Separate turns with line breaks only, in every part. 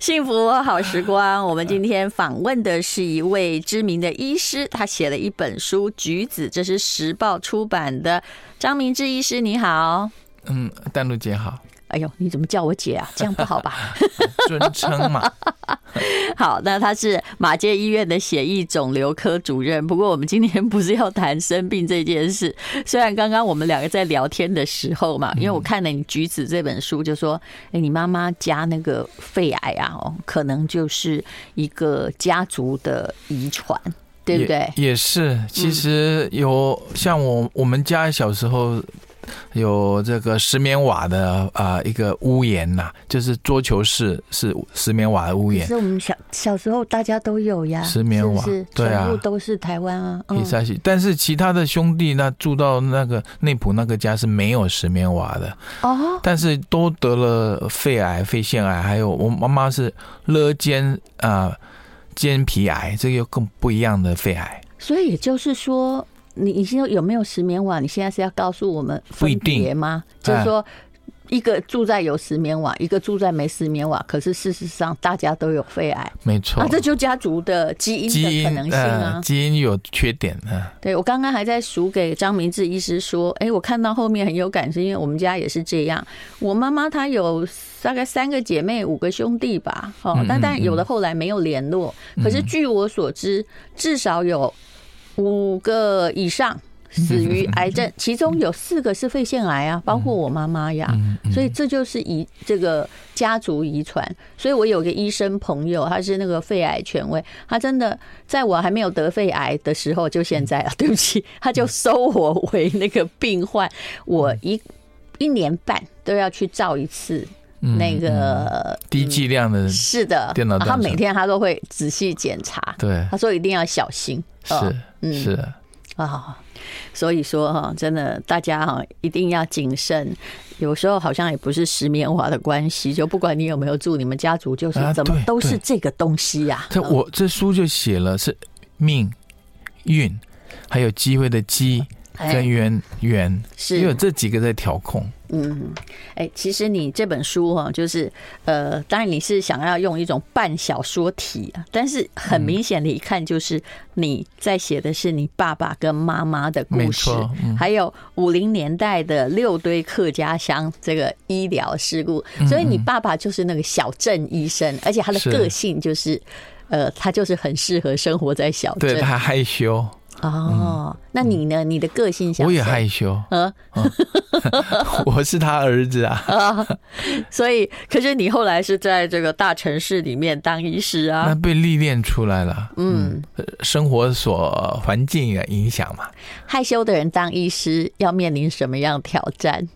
幸福好时光。我们今天访问的是一位知名的医师，他写了一本书《橘子》，这是时报出版的。张明志医师，你好。
嗯，丹露姐 好，
哎呦，你怎么叫我姐啊？这样不好吧？
尊称嘛，
好，那他是马街医院的血液肿瘤科主任。不过我们今天不是要谈生病这件事，虽然刚刚我们两个在聊天的时候嘛，因
嗯
为我看了你《橘子》这本书，就说，哎、你妈妈家那个肺癌啊，哦，可能就是一个家族的遗传，对不对？
也也是，其实有、像我我们家小时候有这个石棉瓦的啊、一个屋檐呐、就是桌球室是石棉瓦的屋
可
檐，
是我们小小时候大家都有呀，
石棉瓦
是不是
对啊
全部都是台湾啊，
嗯
比赛系。但是其他的兄弟那住到那个内埔那个家是没有石棉瓦的，
哦，
但是都得了肺癌、肺腺癌，还有我妈妈是肋间啊、间皮癌，这个又更不一样的肺癌。
所以也就是说，你你现在有没有石棉瓦？你现在是要告诉我们
不一
分
定
别吗？就是说。一个住在有石棉瓦，一个住在没石棉瓦，可是事实上大家都有肺癌
没错，
啊，这就家族的基因
基
的可
因
能性啊
呃。基因有缺点啊，
对我刚刚还在数给张明志医师说，哎，我看到后面很有感，是因为我们家也是这样。我妈妈她有大概三个姐妹，五个兄弟吧，哦
嗯，
但
嗯
但有的后来没有联络。可是据我所知，至少有五个以上死 于癌症，其中有四个是肺腺癌啊，包括我妈妈呀。
嗯，嗯
所以这就是遗这个家族遗传。所以我有个医生朋友，他是那个肺癌权威，他真的在我还没有得肺癌的时候，就现在啊，
嗯
对不起， 他就收我为那个病患，我一一年半都要去照一次
嗯
那
嗯
个。嗯
低剂量的，
是的，啊
电脑断
他
层
每天他都会仔细检查，
对，
他说一定要小心。哦
是是，
啊、所以说哈，真的大家哈一定要谨慎。有时候好像也不是石棉花的关系，就不管你有没有住，你们家族就是
啊
怎么
对
都是
对
这个东西呀、嗯
这我这书就写了是命运，还有机会的机
哎
跟缘缘，
是
也有这几个在调控，
嗯，哎、其实你这本书哈，就是呃，当然你是想要用一种半小说体啊，但是很
嗯
明显的一看就是你在写的是你爸爸跟妈妈的
没
故事
错，嗯
还有五零年代的六堆客家乡这个医疗事故，所以你爸爸就是那个小镇医生，而且他的
嗯是
个性就是。呃，他就是很适合生活在小
对
镇
他害羞，
哦。那你呢？你的个性像
我
谁
也害羞，嗯
呃
我是他儿子啊，
所以，可是你后来是在这个大城市里面当医师啊
那？被历练出来了，
嗯，
呃生活所环境的影响嘛，
害羞的人当医师要面临什么样挑战？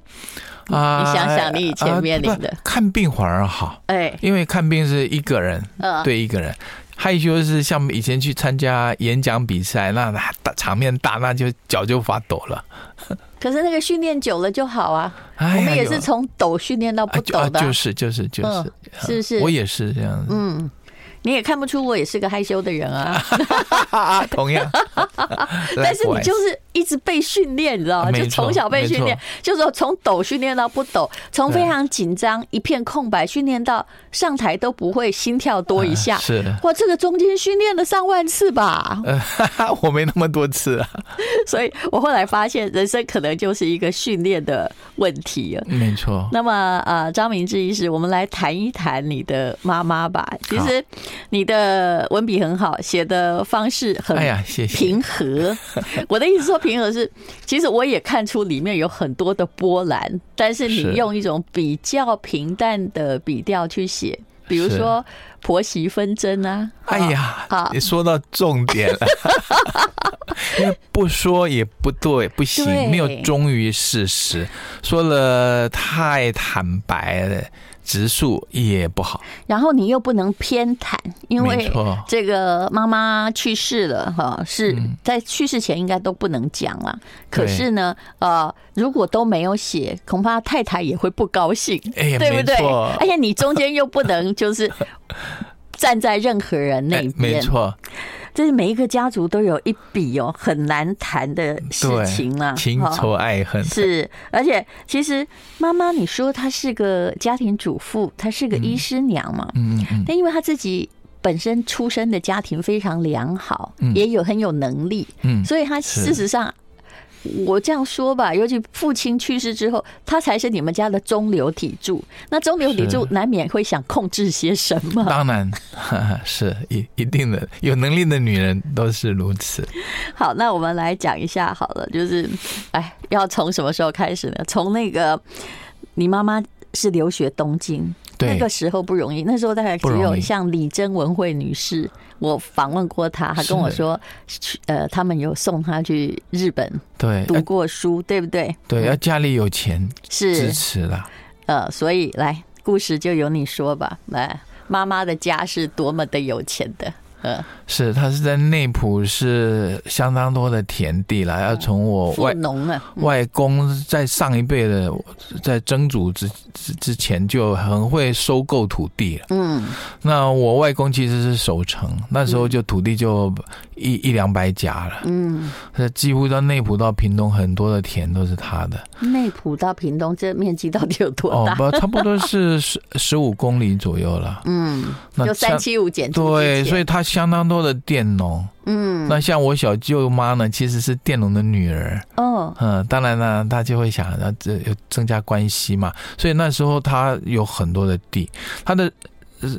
啊，
你想想你以前
啊
面临
不
的
看病反而好，
哎，
因为看病是一个人，
呃，
对一个人。害羞是像以前去参加演讲比赛，那那大场面大，那就脚就发抖了。
可是那个训练久了就好啊。
哎呀
我们也是
有
从抖训练到不
啊就啊
抖的啊、
就是就是就是
嗯，是不是
我也是这样子，
嗯，你也看不出我也是个害羞的人啊，
同样。
但是你
Likewise
就是一直被训练，你知道吗？
没
就
错
从小被训练
没，
就是说从抖训练到不抖，从
对
非常紧张一片空白训练到上台都不会心跳多一下
啊。是，
哇，这个中间训练了上万次吧，
呃，我没那么多次啊，
所以我后来发现，人生可能就是一个训练的问题了。
没错。
那么，呃，张明志医师，我们来谈一谈你的妈妈吧。其实你的文笔很好，写的方式很
哎呀，谢谢。
平和。我的意思说平和是，其实我也看出里面有很多的波澜，但是你
是
用一种比较平淡的笔调去写，比如说婆媳纷争啊。
哎呀
好，
你说到重点 了，因为不说也不对，不行，
对
没有忠于事实，说了太坦白了，直述也不好。
然后你又不能偏袒，因
没
为
错
这个妈妈去世了哈，是在去世前应该都不能讲啦。可
嗯对
是呢，呃，如果都没有写，恐怕太太也会不高兴，
哎呀
对不对
没错？
而且 你中间又不能就是站在任何人那
哎
一边，啊
没错，
这是每一个家族都有一笔哦很难谈的事
对，
情啦、
情
哈
仇爱恨，
是，而且其实妈妈，你说她是个家庭主妇，她是个医师娘嘛，
嗯嗯嗯，
但因为她自己本身出身的家庭非常良好，
嗯
也有很有能力，
嗯，
所以她
是
事实上。我这样说吧，尤其父亲去世之后，她才是你们家的中流砥柱。那中流砥柱
是
难免会想控制些什么，
当然 哈哈，是一一定的，有能力的女人都是如此。
好，那我们来讲一下好了，就是，哎，要从什么时候开始呢？从那个你妈妈是留学东京，
对
那个时候不容易，那时候大概只
不容
有
易
像李珍文慧女士，我访问过她，她
是
跟我说，去呃，他们有送她去日本
对，
读
要
过书，对不对？
哎
嗯
对，要家里有钱支
是，
持啦。
呃，所以来故事就由你说吧，来，妈妈的家是多么的有钱的，呃，
是，他是在内埔是相当多的田地啦，要从我
富
哦外
农啊，嗯
外公在上一辈的在曾祖之之之前就很会收购土地了。
嗯，
那我外公其实是守城，那时候就土地就一一两百甲了，
嗯，
那几乎到内埔到屏东很多的田都是他的。
内埔到屏东这面积到底有多
哦
大？，
不，差不多是十十五公里左右了。
嗯，
那
就
像
三七五减除之
对，
前
所以它相当多的佃农。
嗯
那像我小舅妈呢，其实是佃农的女儿。
哦
嗯，当然呢，她就会想，要这有增加关系嘛。所以那时候她有很多的地，她的。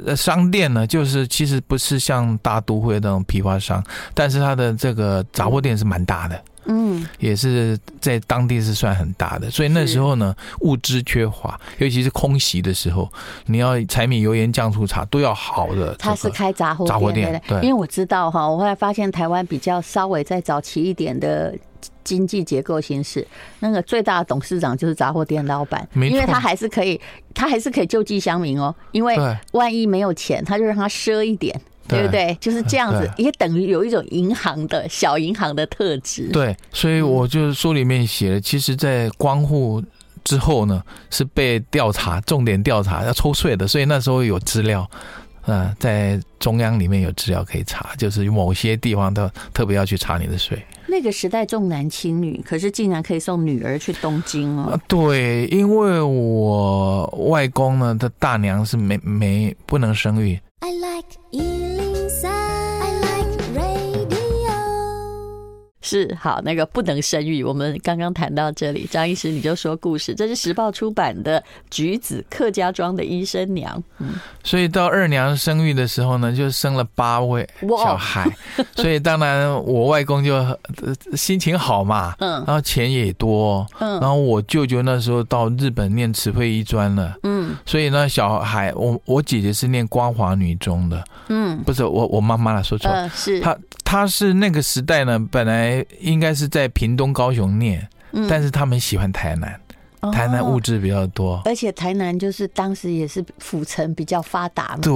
呃，商店呢，就是其实不是像大都会那种批发商，但是它的这个杂货店是蛮大的，
嗯
也是在当地是算很大的，所以那
是
时候呢，物资缺乏，尤其是空袭的时候，你要柴米油盐酱醋茶都要好的、这个。
他是开杂货
杂货
店的，
店对
因为我知道哈，我后来发现台湾比较稍微再早期一点的经济结构形式，那个最大的董事长就是杂货店老板，
没
因为
错
他还是可以，他还是可以救济乡民哦，因为
对
万一没有钱，他就让他赊一点。对不对？就是这样子，也等于有一种银行的小银行的特质。
对，所以我就书里面写了，其实，在光复之后呢，是被调查，重点调查要抽税的，所以那时候有资料，呃，在中央里面有资料可以查，就是某些地方都特别要去查你的税。
那个时代重男轻女，可是竟然可以送女儿去东京哦。
啊，对，因为我外公呢，他大娘是没没不能生育，
I like Ealing Sound. I like radio.
是好那个不能生育。我们刚刚谈到这里，张医师你就说故事，这是时报出版的《橘子客家庄的医生娘》。
所以到二娘生育的时候呢，就生了八位
哇
小孩，所以当然我外公就、呃、心情好嘛，
嗯
然后钱也多，
嗯
然后我舅舅那时候到日本念慈惠医专了，
嗯
所以呢，小孩我我姐姐是念光华女中的，
嗯
不是我我妈妈了，说错了，
呃是
她她是那个时代呢，本来应该是在屏东高雄念，
嗯
但是他们喜欢台南，台南物
哦
质比较多，
而且台南就是当时也是府城比较发达嘛，
对，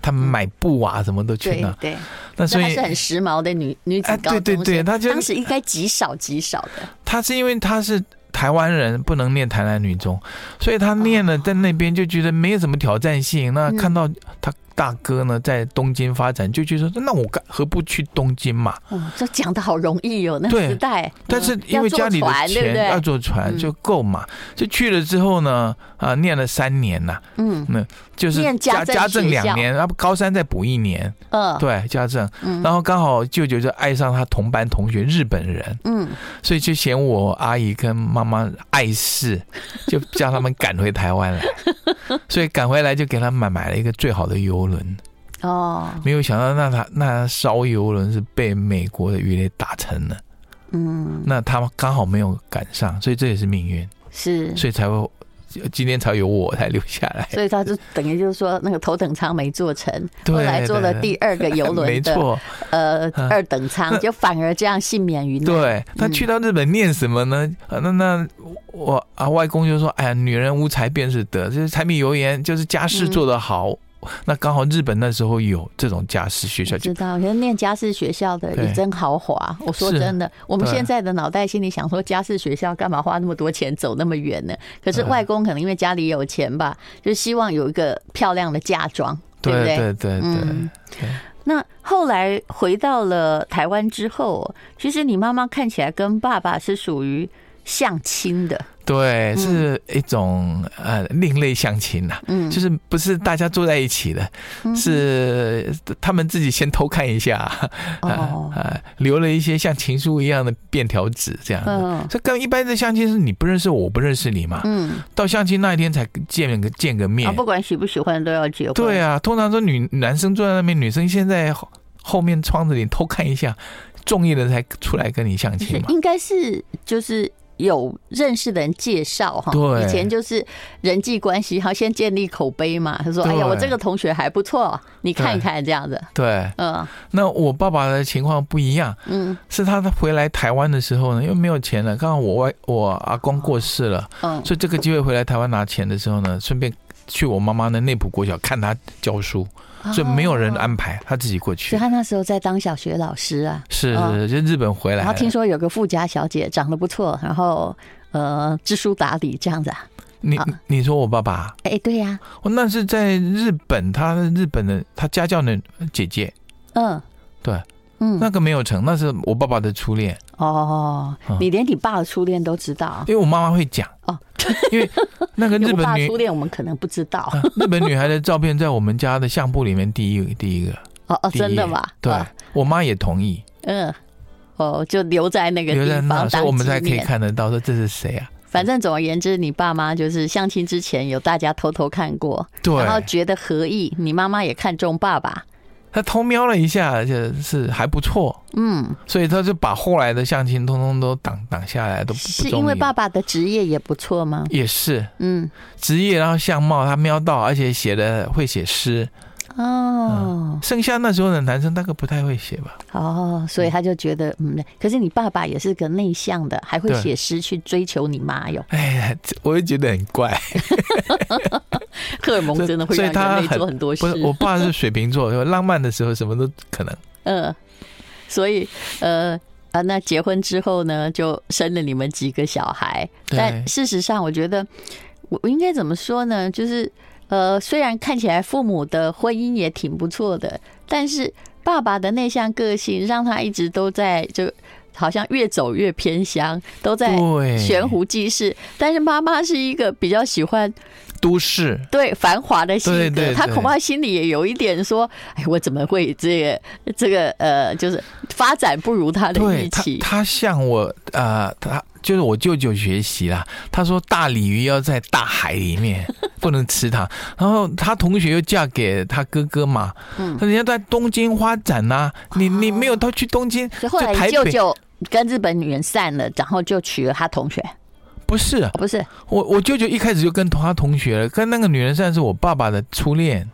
他们买布啊什么都
嗯
去
哦对
那，
对，
那所
那
以
还是很时髦的女女子
哎
高中生，
对对对她就
当时应该极少极少的，
他是因为他是台湾人，不能念台南女中，所以他念了在那边就觉得没有什么挑战性。那
哦嗯
看到他大哥呢在东京发展，就觉得说那我干何不去东京嘛？
哦，这讲的好容易哦，那
对
时代，
但是
嗯
因为家里的
要坐船对不
钱啊要
对？
坐船
嗯
就够嘛，就去了之后呢，啊，念了三年呐、
嗯
就是
念家政
家政
学校
两年，然后高三再补一年，
嗯
对家政，
嗯
然后刚好舅舅就爱上他同班同学日本人，
嗯，
所以就嫌我阿姨跟妈妈碍 事，就叫他们赶回台湾来。所以赶回来就给他们买了一个最好的游轮，
哦，
没有想到那他那艘游轮是被美国的鱼雷打沉了，
嗯
那他们刚好没有赶上，所以这也是命运，
是，
所以才会今天才有我才留下来。
所以他就等于就是说那个头等舱没做成，
对
后来做了第二个游
没
轮 的
错，
呃
嗯
二等舱， 就反而这样幸免于难。
对。那
嗯
去到日本念什么呢？呃那那我啊外公就说：“哎呀，女人无才便是德，就是柴米油盐，就是家事做得好。那刚好日本那时候有这种家事学校，
我
就
知道，嗯可是念家事学校的
对
也真豪华。我说
是
真的，我们
对
现在的脑袋心里想说，家事学校干嘛花那么多钱走那么远呢？可是
对
外公可能因为家里有钱吧，就希望有一个漂亮的嫁妆，不
对
对？
对对对
嗯那后来回到了台湾之后，其实你妈妈看起来跟爸爸是属于相亲的，
对，是一种呃另类相亲呐、
嗯，
就是不是大家坐在一起的，是他们自己先偷看一下，
哦
啊、 啊留了一些像情书一样的便条纸这样子。
嗯
这跟一般的相亲是你不认识我，我不认识你嘛，
嗯，
到相亲那一天才见个见个面
啊，。不管喜不喜欢都要结婚，
对啊，通常说女男生坐在那边，女生现在后后面窗子里偷看一下，中意的才出来跟你相
就是
亲嘛。
应该是就是有认识的人介绍哈，
对
以前就是人际关系，好先建立口碑嘛。他说：“
对
哎呀，我这个同学还不错，你看一看这样子。
对，”
嗯
那我爸爸的情况不一样，
嗯
是他回来台湾的时候呢，因为没有钱了，刚好我外我阿公过世了，
嗯，
所以这个机会回来台湾拿钱的时候呢，顺便去我妈妈的内埔国小看她教书，所以没有人
哦。
安排，他自己过
所
去
以。他那时候在当小学老师啊，
是
哦
是，就日本回来
然后
了，
听说有个富家小姐长得不错，然后呃知书达理这样子啊。
你
啊
你说我爸爸，
哎，对呀、
我哦那是在日本，他日本的他家教的姐姐，
嗯，
对，
嗯，
那个没有成，那是我爸爸的初恋，
哦，
嗯
你连你爸的初恋都知道啊
因为我妈妈会讲
哦，
因为那个日
我
本
爸
女
初恋我们可能不知道。
啊日本女孩的照片在我们家的相簿里面第一第一个，
哦哦，
第一页
真的吗？
对
啊
我妈也同意，
嗯，哦，就留在那个
留在
地
那，
方
所以
当
我们
纪
才可以
念。
看得到说这是谁啊？
反正总而言之，你爸妈就是相亲之前有大家偷偷看过，
对
然，后觉得合意，你妈妈也看中爸爸，
她偷瞄了一下，就是还不错，
嗯，
所以他就把后来的相亲通通都挡挡下来，都不
是
不中
因为
意
爸爸的职业也不错吗？
也是
嗯，
职业，然后相貌他瞄到，而且写的会写诗。
哦，
剩下那时候的男生大概不太会写吧？
哦，所以他就觉得，嗯，可是你爸爸也是个内向的，还会
对
写诗去追求你妈哟，
哎呀，这我也觉得很怪。
荷尔蒙真的会
所以
让
他
人类
很
做很多事
不。是，我爸是水瓶座，有浪漫的时候什么都可能。
嗯，所以呃啊，那结婚之后呢，就生了你们几个小孩。
对
但事实上，我觉得我我应该怎么说呢？就是呃，虽然看起来父母的婚姻也挺不错的，但是爸爸的内向个性让他一直都在就。好像越走越偏乡，都在
对，
悬湖济世。但是妈妈是一个比较喜欢
都市，
对繁华的性格，
对对对
他恐怕心里也有一点说：“哎，我怎么会这个这个呃，就是发展不如他的
对
预
他
期
他向我呃，他就是我舅舅学习啦。他说大鲤鱼要在大海里面， 不能吃它。然后他同学又嫁给他哥哥嘛，
嗯哦
他人家在东京花展呐、你你没有到去东京，？”
所以后来
台
你
北
舅舅跟日本女人散了，然后就娶了他同学，
不是
哦、不是
我我舅舅一开始就跟他同学了，跟那个女人算是我爸爸的初恋。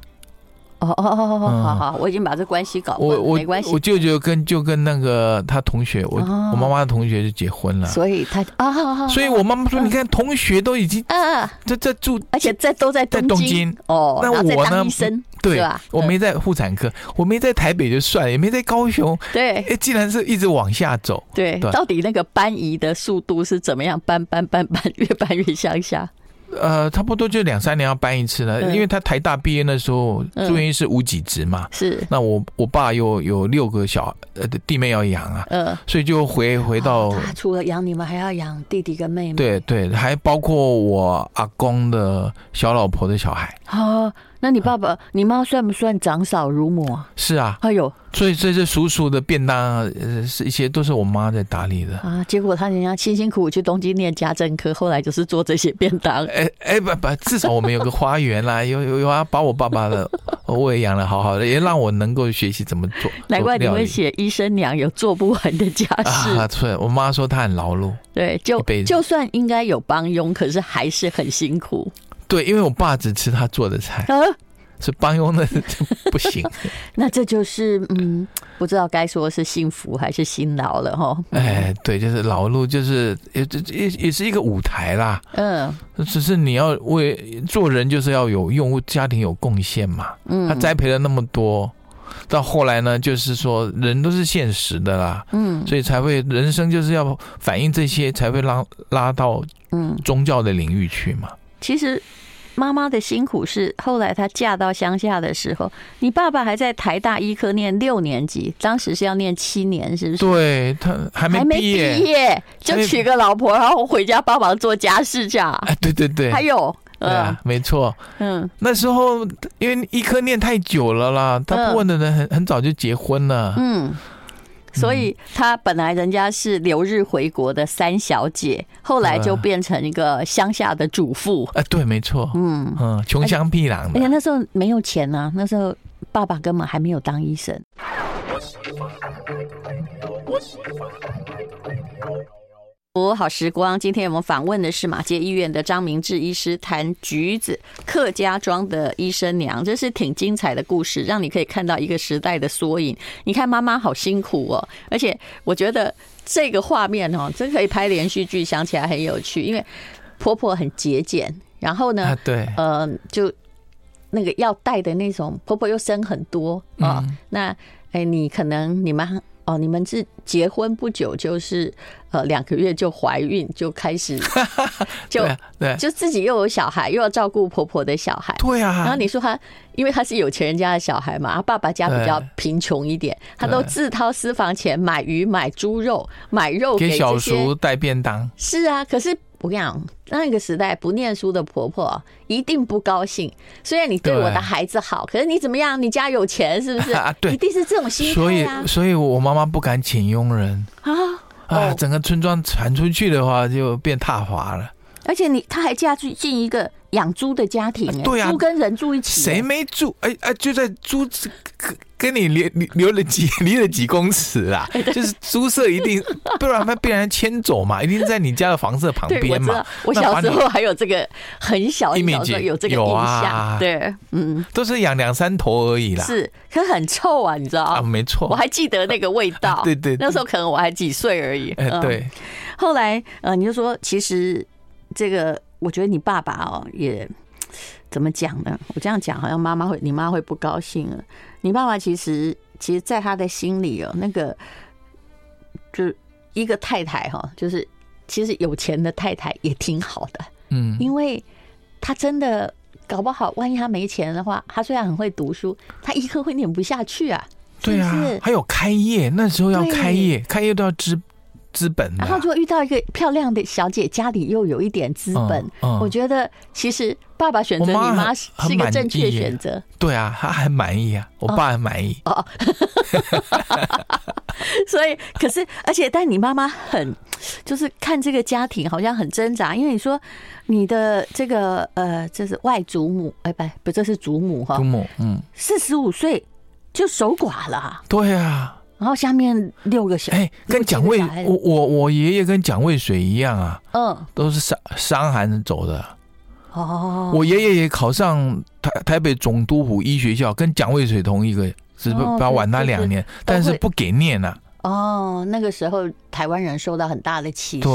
哦哦哦哦，哦
嗯
好好，我已经把这关系搞混
我
了，
我
呃没关系
我。舅舅跟就跟那个他同学，我、
哦
我妈妈的同学就结婚了。
所以嗯他啊，好好
所以我妈妈说，你看同学都已经
啊，
在在住
而且在都在
在
东
东
京
京。
哦，
那
然后再
我
当
呢
医生
对
是吧？
我
嗯
没在妇产科，我没在台北就算了，也没在高雄，
对
哎，竟然是一直往下走。
对，
对
到底那个搬移的速度是怎么样？搬搬搬搬，越搬越向下。
呃，差不多就两三年要搬一次了，
嗯
因为他台大毕业那时候，
嗯
住院医师无几职嘛。
是，
那我我爸有有六个小呃弟妹要养啊，
呃，
所以就回回到、
哦他除了养你们，还要养弟弟跟妹妹。，
对对，还包括我阿公的小老婆的小孩。
哦，那你爸
嗯
爸、你妈算不算长嫂如母啊？
是啊，
哎呦
所以这些叔叔的便当啊，呃，是一些都是我妈在打理的。
啊！结果他人家辛辛苦苦去东京念家政科，后来就是做这些便 当。
哎哎不不，至少我们有个花园啦， 有有有啊，把我爸爸的呃喂养的好好的，也让我能够学习怎么做。
难怪你
做料
会
理
写医生娘有做不完的家事，
啊！对，我妈说她很劳碌，
对，就
一辈子
就算应该有帮佣，可是还是很辛苦。
对，因为我爸只吃她做的菜，
啊，
是帮佣的就不行。
那这就是嗯，不知道该说是幸福还是辛劳了哈。
哎，对，就是劳碌，就是也这也也是一个舞台啦。
嗯
只是你要为做人，就是要有用家庭有贡献嘛。
嗯，
他栽培了那么多，到后来呢，就是说人都是现实的啦，
嗯
所以才会人生就是要反映这些，才会拉拉到
嗯。
宗教的领域去嘛。
其实妈妈的辛苦是后来她嫁到乡下的时候，你爸爸还在台大医科念六年级，当时是要念七年，是不是？
对他还没
还没
毕
毕
业，
业就娶个老婆，然后回家帮忙做家事去啊。
哎，对对对，
还有，
对
嗯
啊，没错。
嗯，
那时候因为医科念太久了啦，大部分的人很很早就结婚了。
嗯，所以她本来人家是留日回国的三小姐，后来就
嗯
变成一个乡下的主妇。
哎，对，没错，
嗯，哎
嗯，穷乡僻壤
而且
的，
那时候没有钱啊，那时候爸爸根本还没有当医生。我好时光，今天我们访问的是马街医院的张明志医师，谈橘子客家庄的医生娘，这是挺精彩的故事，让你可以看到一个时代的缩影。你看妈妈好辛苦哦，而且我觉得这个画面哦，真可以拍连续剧，想起来很有趣，因为婆婆很节俭，然后呢，
啊，对，
呃，就那个要带的那种，婆婆又生很多啊、
嗯
那哎、你可能你们哦，你们是结婚不久，就是呃两个月就怀孕，就开 始就
对啊对
就自己又有小孩，又要照顾婆婆的小孩。
对啊，
然后你说他，因为他是有钱人家的小孩嘛，他爸爸家比较
对
贫穷一点，他都
对
自掏私房钱买鱼、买猪肉、买肉
给
这
小
些
叔带便当，
是啊，可是我跟你讲，那个时代不念书的婆婆一定不高兴。虽然你对
对
我的孩子好，可是你怎么样？你家有钱是不是？
啊对
一定是这种心
所
态
以
啊
所以我妈妈不敢请佣人
啊！
啊
哦，
整个村庄传出去的话就变踏伐了。
而且你她还嫁去进一个养猪的家庭、哎
对啊
猪跟人住一起、
谁
哎
没住？哎哎，就在猪跟跟你离离留了几离了几公 尺啊，就是猪舍一定，不然它被人迁走嘛，一定在你家的房舍旁
对，我
边
知
嘛
道。，我
那
小
把
时
你
候还有这个很小很小的时候
Image，
有这个印
有啊
象，对，嗯，
都是养两三头而已啦。
是，可很臭啊，你知道、
啊，没错。
我还记得那个味道，
对对对
那时候可能我还几岁而已，
哎
嗯
对，
后来呃，你就说其实这个，我觉得你爸爸哦也怎么讲呢？我这样讲好像妈妈会，你妈会不高兴了。你爸爸其实其实，在他的心里哦，那个就是一个太太哈、就是其实有钱的太太也挺好的，
嗯，
因为他真的。搞不好，万一他没钱的话，他虽然很会读书，他一科会念不下去啊，是
对
不
啊
是，？
还有开业，那时候要
对
开业，开业都要资资本的
然后
啊。
如果遇到一个漂亮的小姐，家里又有一点资本，
嗯嗯
我觉得其实爸爸选择你
我妈
妈
很
是
很
是一个
满
正确
意耶
选择，
对啊，他还满意啊，
哦
我爸还满意。
所以可是而且但你妈妈很就是看这个家庭好像很挣扎，因为你说你的这个呃这是外祖母哎不不这是祖母哈
祖，母，嗯，
四十五岁就守寡了啊，
对啊，
然后下面六个小
哎，跟蒋
位
渭，我我我爷爷跟蒋渭水一样啊，
嗯
都是伤伤寒走的。
哦
我爷爷也考上台台北总督府医学校，跟蒋渭水同一个，只不
哦
把晚他
对
两年，
就是都会
但是不给念啊，
哦那个时候台湾人受到很大的歧视，
对，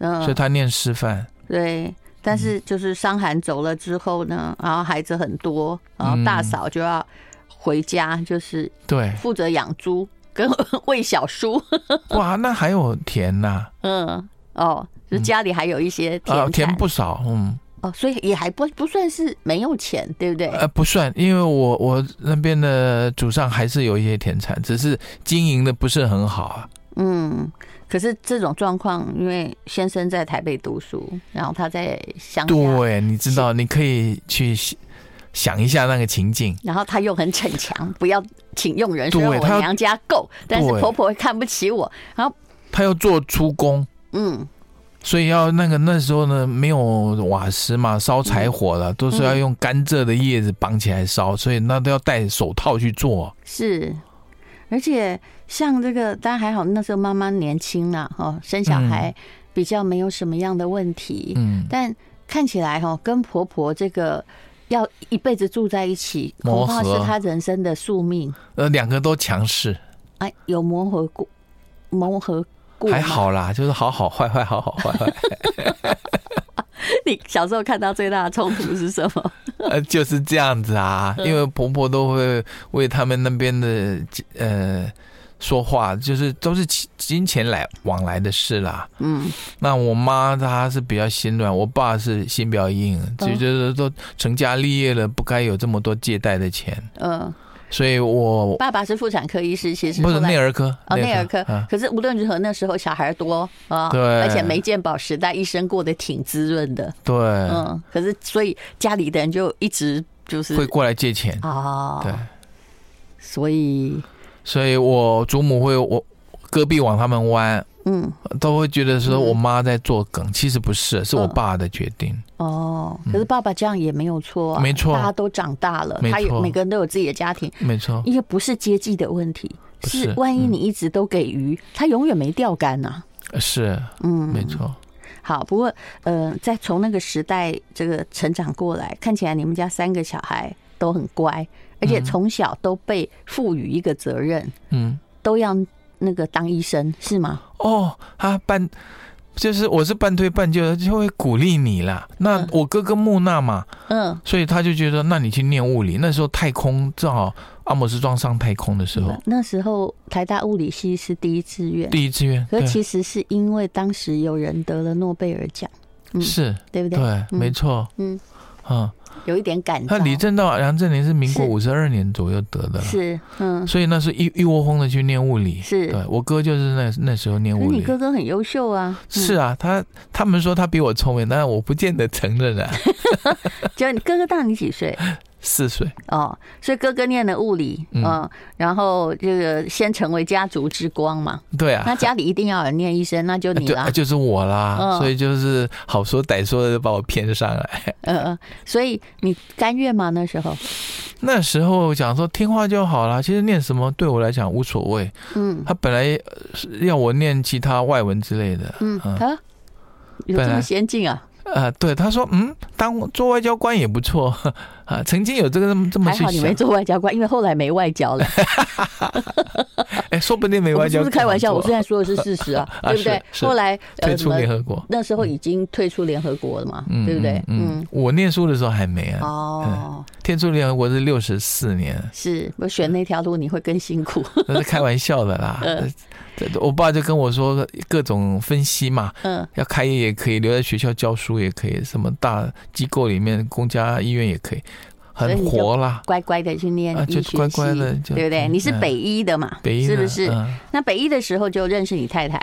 嗯
所以他念师范，
对，但
嗯
是就是伤寒走了之后呢，然后孩子很多，然后大
嗯
嫂就要回家，就是
对，
负责养猪跟喂小叔。
哇，那还有田呐、
嗯，哦，就家里还有一些田
啊，
产
田不少，嗯，
哦，所以也还不不算是没有钱，对不对？
呃，不算，因为我我那边的祖上还是有一些田产，只是经营的不是很好啊，
嗯，可是这种状况，因为先生在台北读书，然后他在乡下。
对，你知道，你可以去想一下那个情境，
然后他又很逞强，不要请佣人，虽
对
然我
他要
娘家够，但是
对
婆婆会看不起我。然后，
他要做出工。
嗯，
所以要那个那时候呢，没有瓦斯嘛，烧柴火了，都是要用甘蔗的叶子绑起来烧，所以那都要戴手套去做。
是，而且像这个，当然还好，那时候妈妈年轻啦，哦，生小孩比较没有什么样的问题，
嗯，
但看起来哈、哦，跟婆婆这个要一辈子住在一起，恐
磨
怕是
合
她人生的宿命。
呃，两个都强势，
哎，有磨合过，磨合过吗
还。好啦，就是好好坏坏，好好坏坏，
你小时候看到最大的冲突是什 么？
呃，就是这样子啊。因为婆婆都会为他们那边的呃说话，就是都是金金钱来往来的事啦。
嗯，
那我妈她是比较心软，我爸是心比较硬，就觉得都成家立业了，不该有这么多借贷的钱，
嗯，
所以我
爸爸是妇产科医师，其实
不
后
是
来
内儿科，
哦，内儿科。
啊，
可是无论如何，那时候小孩多啊，
对
而且没健保时代，医生过得挺滋润的。
对，
嗯，可是所以家里的人就一直就是
会过来借钱，
哦，
对，
所以
所以我祖母会我胳臂往他们弯，
嗯，
都会觉得说我妈在做梗，其实不是，是我
嗯
爸的决定。
哦，可是爸爸这样也没有错、啊，
嗯没错
大家都长大了，
没
他也
错
每个人都有自己的家庭，
没错，
因为不是阶级的问题，
不是
万一
嗯
你一直都给鱼，他永远没钓竿呐、
是，
嗯，
没错。
好，不过呃，在从那个时代这个成长过来，看起来你们家三个小孩都很乖，而且从小都被赋予一个责任，
嗯，
都要那个当医生，是吗？
哦，他半就是我是半推半就的，就会鼓励你啦。那
嗯
我哥哥木讷嘛，
嗯，
所以他就觉得，那你去念物理。那时候太空正好阿姆斯壮上太空的时候，
那时候台大物理系是第一志愿，
第一志愿，
可
对
是，其实是因为当时有人得了诺贝尔奖，嗯
是，
对不对？
对，没错，
嗯，
嗯，
有一点感
他
召
李政道、梁振宁是民国
是
五十二年左右得的了，
是嗯
所以那时候一一窝蜂的去念物理。
是，
对我哥就是那那时候念
可是
物
你
理，
哥嗯哥很优秀啊，嗯
是啊，他他们说他比我聪明，但我不见得承 认啊。
就你哥哥大你几岁？
四岁，
哦，所以哥哥念了物理，嗯、
嗯
然后这个先成为家族之光嘛。
对啊，
那家里一定要有人念医生，那就你
就
啦。
就是我啦，
嗯
所以就是好说歹说的就把我骗上来。
嗯嗯，所以你甘愿吗？那时候，
那时候想说听话就好啦，其实念什么对我来讲无所谓。
嗯
他本来呃是要我念其他外文之类的，
嗯啊，有这
本
么
来
先进啊？
呃，对，他说嗯，当做外交官也不错 啊，曾经有这个这么这么
还
去
好你没
想，
做外交官，因为后来没外交了。
哎，说不定没
我
外
们是不
交
是开玩笑？我
是
现在说的是事实啊，
啊
对不对？
是是
后来
退
什
出
么
联合国，
那时候已经退出联合国了嘛，
嗯，
对不对？
嗯，我念书的时候还没啊，
哦，
退出联合国是六十四年，
是我选那条路你会更辛苦。
那是开玩笑的啦。
呃
这这我爸就跟我说各种分析嘛，
嗯，
要开业也可以，留在学校教书也可以，什么大机构里面、公家医院也可以，
所以
很
你就
活啦。
乖乖的去念
啊
医
就
学系，
乖乖地就
对不对？
嗯
你是北医的嘛？
北医呢
是不是？
嗯
那北医的时候就认识你太太，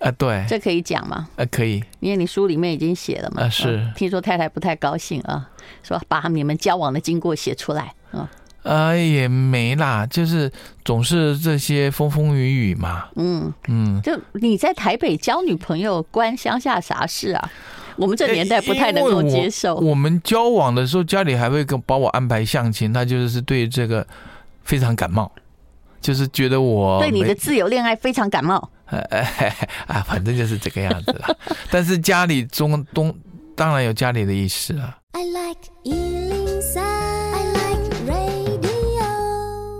啊，对，
这可以讲吗？
啊可以，
因为你书里面已经写了嘛。
啊是
嗯听说太太不太高兴啊，说把你们交往的经过写出来。嗯
啊也没啦，就是总是这些风风雨雨嘛。
嗯，
嗯，
就你在台北交女朋友，关乡下啥事啊？我们这年代不太能够
呃因为我
接受。
我们交往的时候，家里还会跟把我安排相亲，他就是对这个非常感冒，就是觉得我
对你
没
的自由恋爱非常感冒。
啊，反正就是这个样子啦。但是家里中东当然有家里的意思啦。
I like Ealing Sound. I like radio.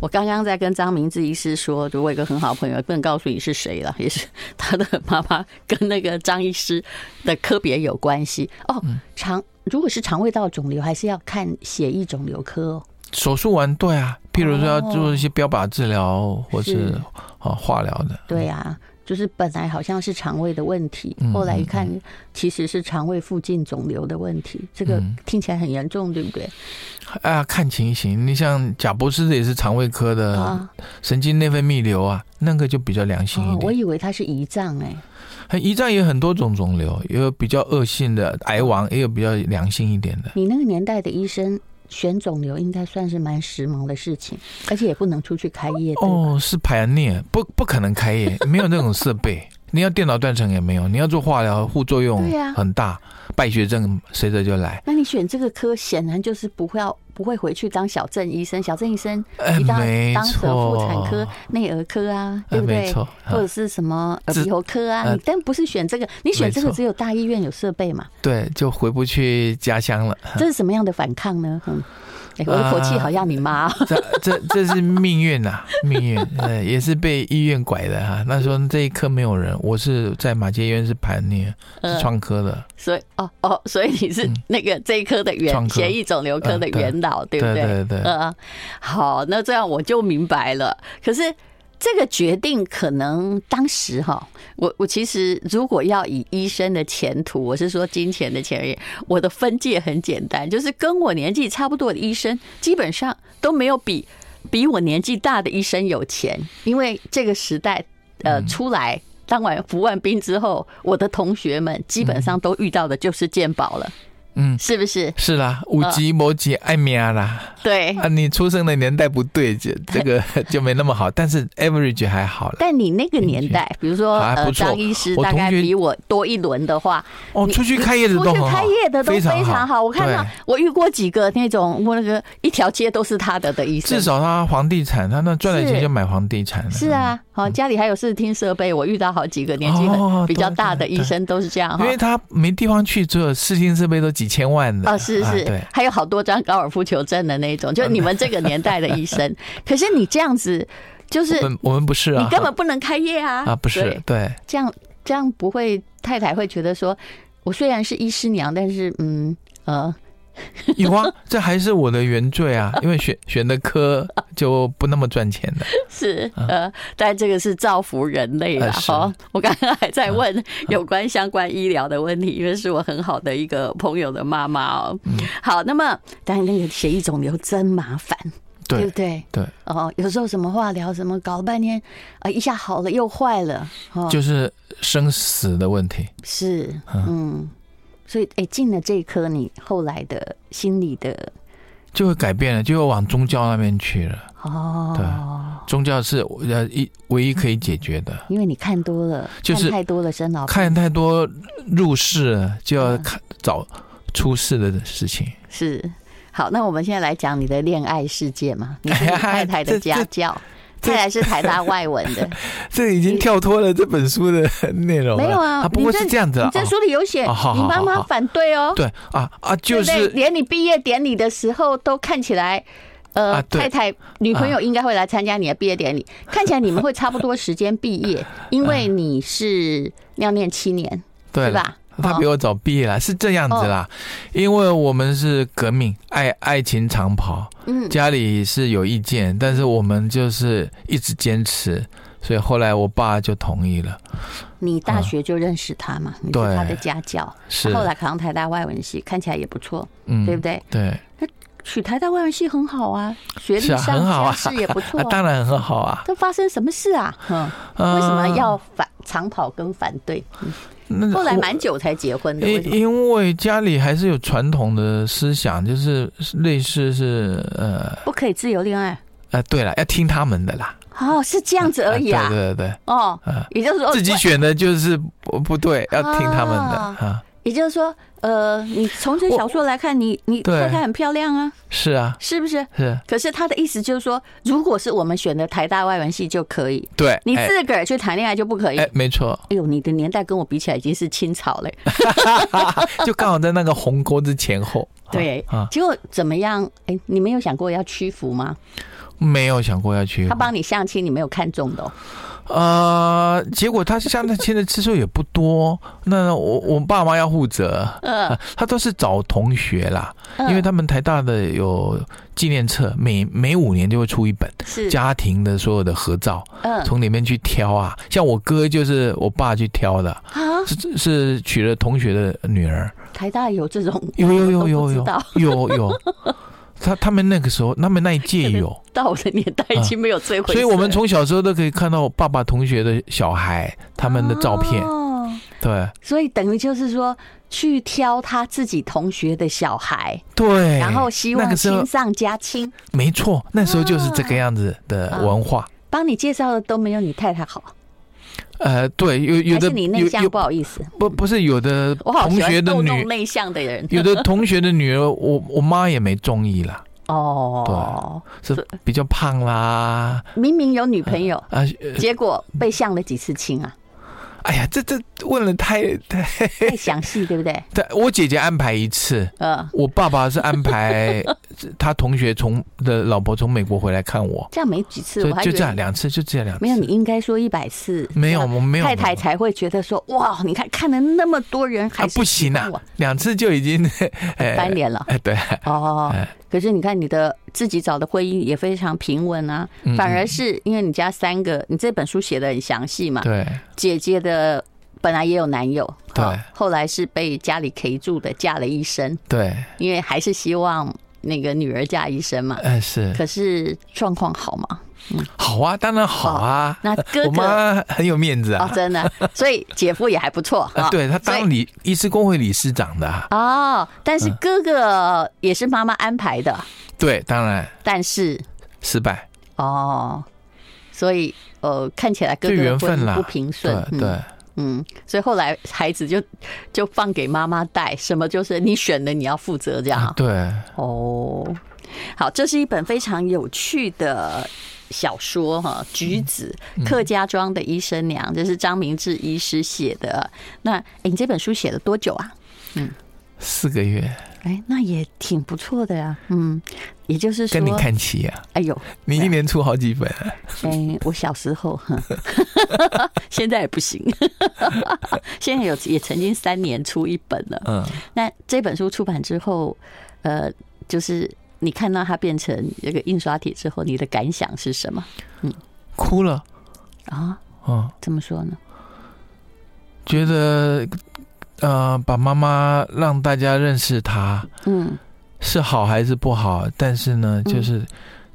我刚刚在跟张明志医师说，就我有一个很好朋友，不能告诉你是谁了，也 是他的妈妈跟那个张医师的科别有关系哦。
嗯
肠如果是肠胃道肿瘤，还是要看血液肿瘤科哦。
手术完，对啊，譬如说要做一些标靶治疗或是
是
啊化疗的，
对啊，就是本来好像是肠胃的问题，
嗯
后来一看其实是肠胃附近肿瘤的问题，这个
嗯
听起来很严重，对不对？
啊看情形。你像贾博士也是肠胃科的
啊，
神经内分泌瘤啊，那个就比较良性一
哦，我
点。
以为它是胰脏哎，
很胰脏也有很多种肿瘤，也有比较恶性的癌王，也有比较良性一点的。
你那个年代的医生。选肿瘤应该算是蛮时髦的事情，而且也不能出去开业，对吧
哦，是排孽，不不可能开业， 没有那种设备。你要电脑断层也没有，你要做化疗，副作用
对呀
很大，败血症随着就来。
那你选这个科，显然就是不会要不会回去当小镇医生。小镇医生
哎
一定要
没
当什么妇产科
错、
内儿科啊，对
哎，
不
没
对？
错，啊
或者是什么耳鼻喉科啊？
呃
你但不是选这个，你选这个
没错
只有大医院有设备嘛？
对，就回不去家乡了。
这是什么样的反抗呢？嗯，
呃
哎我的口气好像你妈哦。
这这这是命运呐、 命运，呃，也是被医院拐的哈、那时候这一科没有人，我是在马街医院是盘孽，
嗯
是创科的，
所以哦哦，所以你是
嗯
那个这一科的
创
元
科
协议肿瘤科的
嗯对
元老，对不
对对对
嗯，好，那这样我就明白了。可是这个决定可能当时哈，我我其实如果要以医生的前途，我是说金钱的前言，我的分界很简单，就是跟我年纪差不多的医生，基本上都没有比比我年纪大的医生有钱，因为这个时代
嗯
呃出来。当完服完兵之后，我的同学们基本上都遇到的就是健保了，
嗯，
是不是？
是啦，五级、摩级、艾米亚啦，
对，
啊，你出生的年代不 对，这这个就没那么好，但是 average 还好了。
但你那个年 代，比如说
还
呃
不，错
张医师
我
大
同
概
学
比我多一轮的话，
哦，
你
出去开业的
出
都
去
很好，
开业的都非
常
常好。我看到
对
我遇过几个那种，我那个一条街都是他的的医生
至。少他房地产，他那赚了钱
是
就买房地产了。
是啊，好，家里还有视听设备，我遇到好几个年纪
嗯哦
很比较
对
大的
对
医生都是这样
嗯，
啊哈
因。为他没地方去，只有视听设备都几千万的。
哦，是
啊
是，
对，
还有好多张高尔夫球证的那种，就 你们这个年代的医生。可是你这样子，就是
我们我们不是啊，
你根本不能开业啊！
啊不是
对，
对，
这样这样不会太太会觉得说，我虽然是医师娘，但是嗯呃，
有啊，这还是我的原罪啊，因为选选的科就不那么赚钱 的。
是呃，哎但这个是造福人类了
呃是
哈、我刚刚还在问有关相关医疗的问题，因为是我很好的一个朋友的妈妈哦。好，那么当然那个血液肿瘤真麻烦，对
对
不对？
对，
哦，有时候什么化疗什么搞了半天，啊，一下好了又坏了，哦，
就是生死的问题。
是嗯，所以哎，进了这一科，你后来的心理的
就会改变了，就会往宗教那边去了。对
哦，
宗教是呃一唯一可以解决的。
因为你看多了，
就是
看太多了生老哦病
看太多入世了，就要
嗯
看找出世的事情。
是。好，那我们现在来讲你的恋爱世界 嘛？你是你太太的家教，
这
太太是台大外文 的，
这已经跳脱了这本书的内容了。
没有啊？
他不会是这样子
你
啊
这。书里有写，
哦好
你妈
好好
妈
好
反对哦
哦，对啊啊，
对
就
不对
是
连你毕业典礼的时候都看起来。呃，
啊对啊
太太女朋友应该会来参加你的毕业典礼。看起来你们会差不多时间毕 业，因为你是要念七年，
嗯对
是
了。
吧？
他比
哦
我早毕业了，是这样子啦，因为我们是革命，爱爱情长跑，
嗯
家里是有意见，但是我们就是一直坚持，所以后来我爸就同意了，
你大学就认识他嘛？你是
嗯对
他的家教，
是，
啊后来考上台大外文系，看起来也不错，
嗯，
对不对？
对，
取台大外文系很好啊，学历
是啊
上
很好啊
家世也不错
啊，当然很好啊。
这发生什么事啊？嗯，为什么要反长跑跟反对？
那
后来
我
蛮久才结婚的，为什
因
么？
因为家里还是有传统的思想，就是类似是呃
不可以自由恋爱？
呃，对了，要听他们的啦，
哦，是这样子而已啊。
对对对，
哦
啊，
也就是说
自己选的就是不不对，要听他们的
啊
啊，
也就是说，呃，你从这小说来看，你你
对
太太很漂亮啊，
是啊，
是不是？
是
可是他的意思就是说，如果是我们选的台大外文系就可以，
对，
你
哎
自个儿去谈恋爱就不可以。
哎，没错，
哎呦，你的年代跟我比起来已经是清朝嘞。
就刚好在那个鸿沟之前后，啊
对
啊，
结果怎么样？哎，你没有想过要屈服吗？
没有想过要去
他，帮你相亲，你没有看中的、哦，
呃，结果他相亲的次数也不多，那我我爸妈要负责，
嗯
啊，他都是找同学啦，
嗯
因为他们台大的有纪念册，每每五年就会出一本
是
家庭的所有的合照，
嗯
从里面去挑啊。像我哥就是我爸去挑的，
啊，
是是娶了同学的女儿，
台大有这种
有有有
我
有
都不知
有
道
有有，他他们那个时候，他们那一届有。
到我的年代已经没有这回事了、
啊所以，我们从小时候都可以看到我爸爸同学的小孩他们的照片，
哦
对
所以等于就是说去挑他自己同学的小孩，
对。
然后希
哎那
望
个时候
亲上加亲，
没错，那时候就是这个样子的文化。
帮你介绍的都没有你太太好，
呃，对，有有
还
的
是你内
有
向？
有
不好意思，
不不是有的
我好
同
喜
学
欢
的
逗弄
女，
内向的人
有的同学的女儿，我我妈也没中意啦，
哦。
是比较胖啦
明明有女朋友，
啊，呃
结果被相了几次亲 啊？
哎呀，这这问了太太
太详细，对不对？
太，我姐姐安排一次，
呃，
我爸爸是安排他同学从的老婆从美国回来看我，
这样没几次，
就
我还以
就
为
这样两次，就这样两次，
没有，你应该说一百次，
没有
那
我没有啊
太太才会觉得说哇，你看看了那么多人，还
啊
是
不行啊
喜欢我，
两次就已经哎
翻脸了
哎对，
哦
哎。
可是你看你的自己找的婚姻也非常平稳啊，
嗯
反而是因为你家三个，你这本书写的很详细嘛，
对
姐姐的。本来也有男友，
对
好后来是被家里 K 住的，嫁了医生，
对，
因为还是希望那个女儿嫁医生嘛。
嗯是
可是状况好 吗？
好啊，当然好啊。
那哥哥
我妈很有面子
哦
啊，，
真的，所以姐夫也还不错
啊
啊。
对她
所以
当理医师工会理事长的啊，
哦，但是哥哥也是妈妈安排的，
对，当然
但是
失败，
哦，所以呃，看起来哥
就
哥的
缘
婚
分
姻
啦，
不平顺，
对对，
嗯，嗯，所以后来孩子就就放给妈妈带，什么就是你选的你要负责这样
啊
啊。
对，
哦，好，这是一本非常有趣的小说哈，《橘子》客家庄的医生娘，这是张明志医师写的。那哎、诶你这本书写了多久啊？
四个月，
哎，那也挺不错的呀、嗯，也就是说，
跟你看齐啊呀，
哎呦，
你一年出好几本啊，
哎，我小时候，哼 现在也不行， 现在有也曾经三年出一本了。
嗯，
那这本书出版之后，呃，就是你看到它变成这个印刷体之后，你的感想是什么
哭了，
啊？
嗯，
怎么说呢？
觉得呃，把妈妈让大家认识她
嗯，
是好还是不好，但是呢，
嗯
就是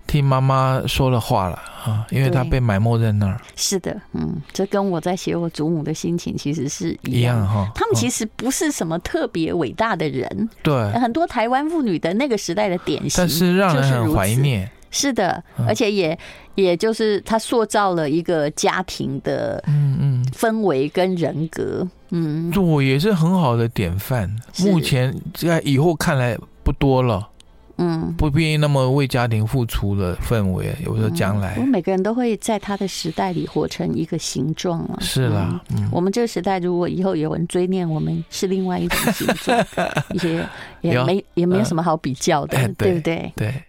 听妈妈说了话了啊，因为她
对
被埋没在那儿
是的，嗯，这跟我在写我祖母的心情其实是一
一样啊
样。
哈。
他们其
实
实呃不是什么特别伟大的人，
对，
很多台湾妇女的那个时代的典型，
嗯但是让人
就是如
很
此
怀念，
是的，
嗯
而且也也就是他塑造了一个家庭的
嗯嗯。
氛围跟人格，嗯，
做也是很好的典范，
是
目前在以后看来不多了，
嗯。
不愿意那么为家庭付出的氛围，有时候将来
哦我们每个人都会在他的时代里活成一个形状啊。
是
嗯
啦，嗯，
我们这个时代，如果以后有人追念我们，是另 外一种形状，也也
有
没也没有什么好比较的，
哎
对
对
不对？
对。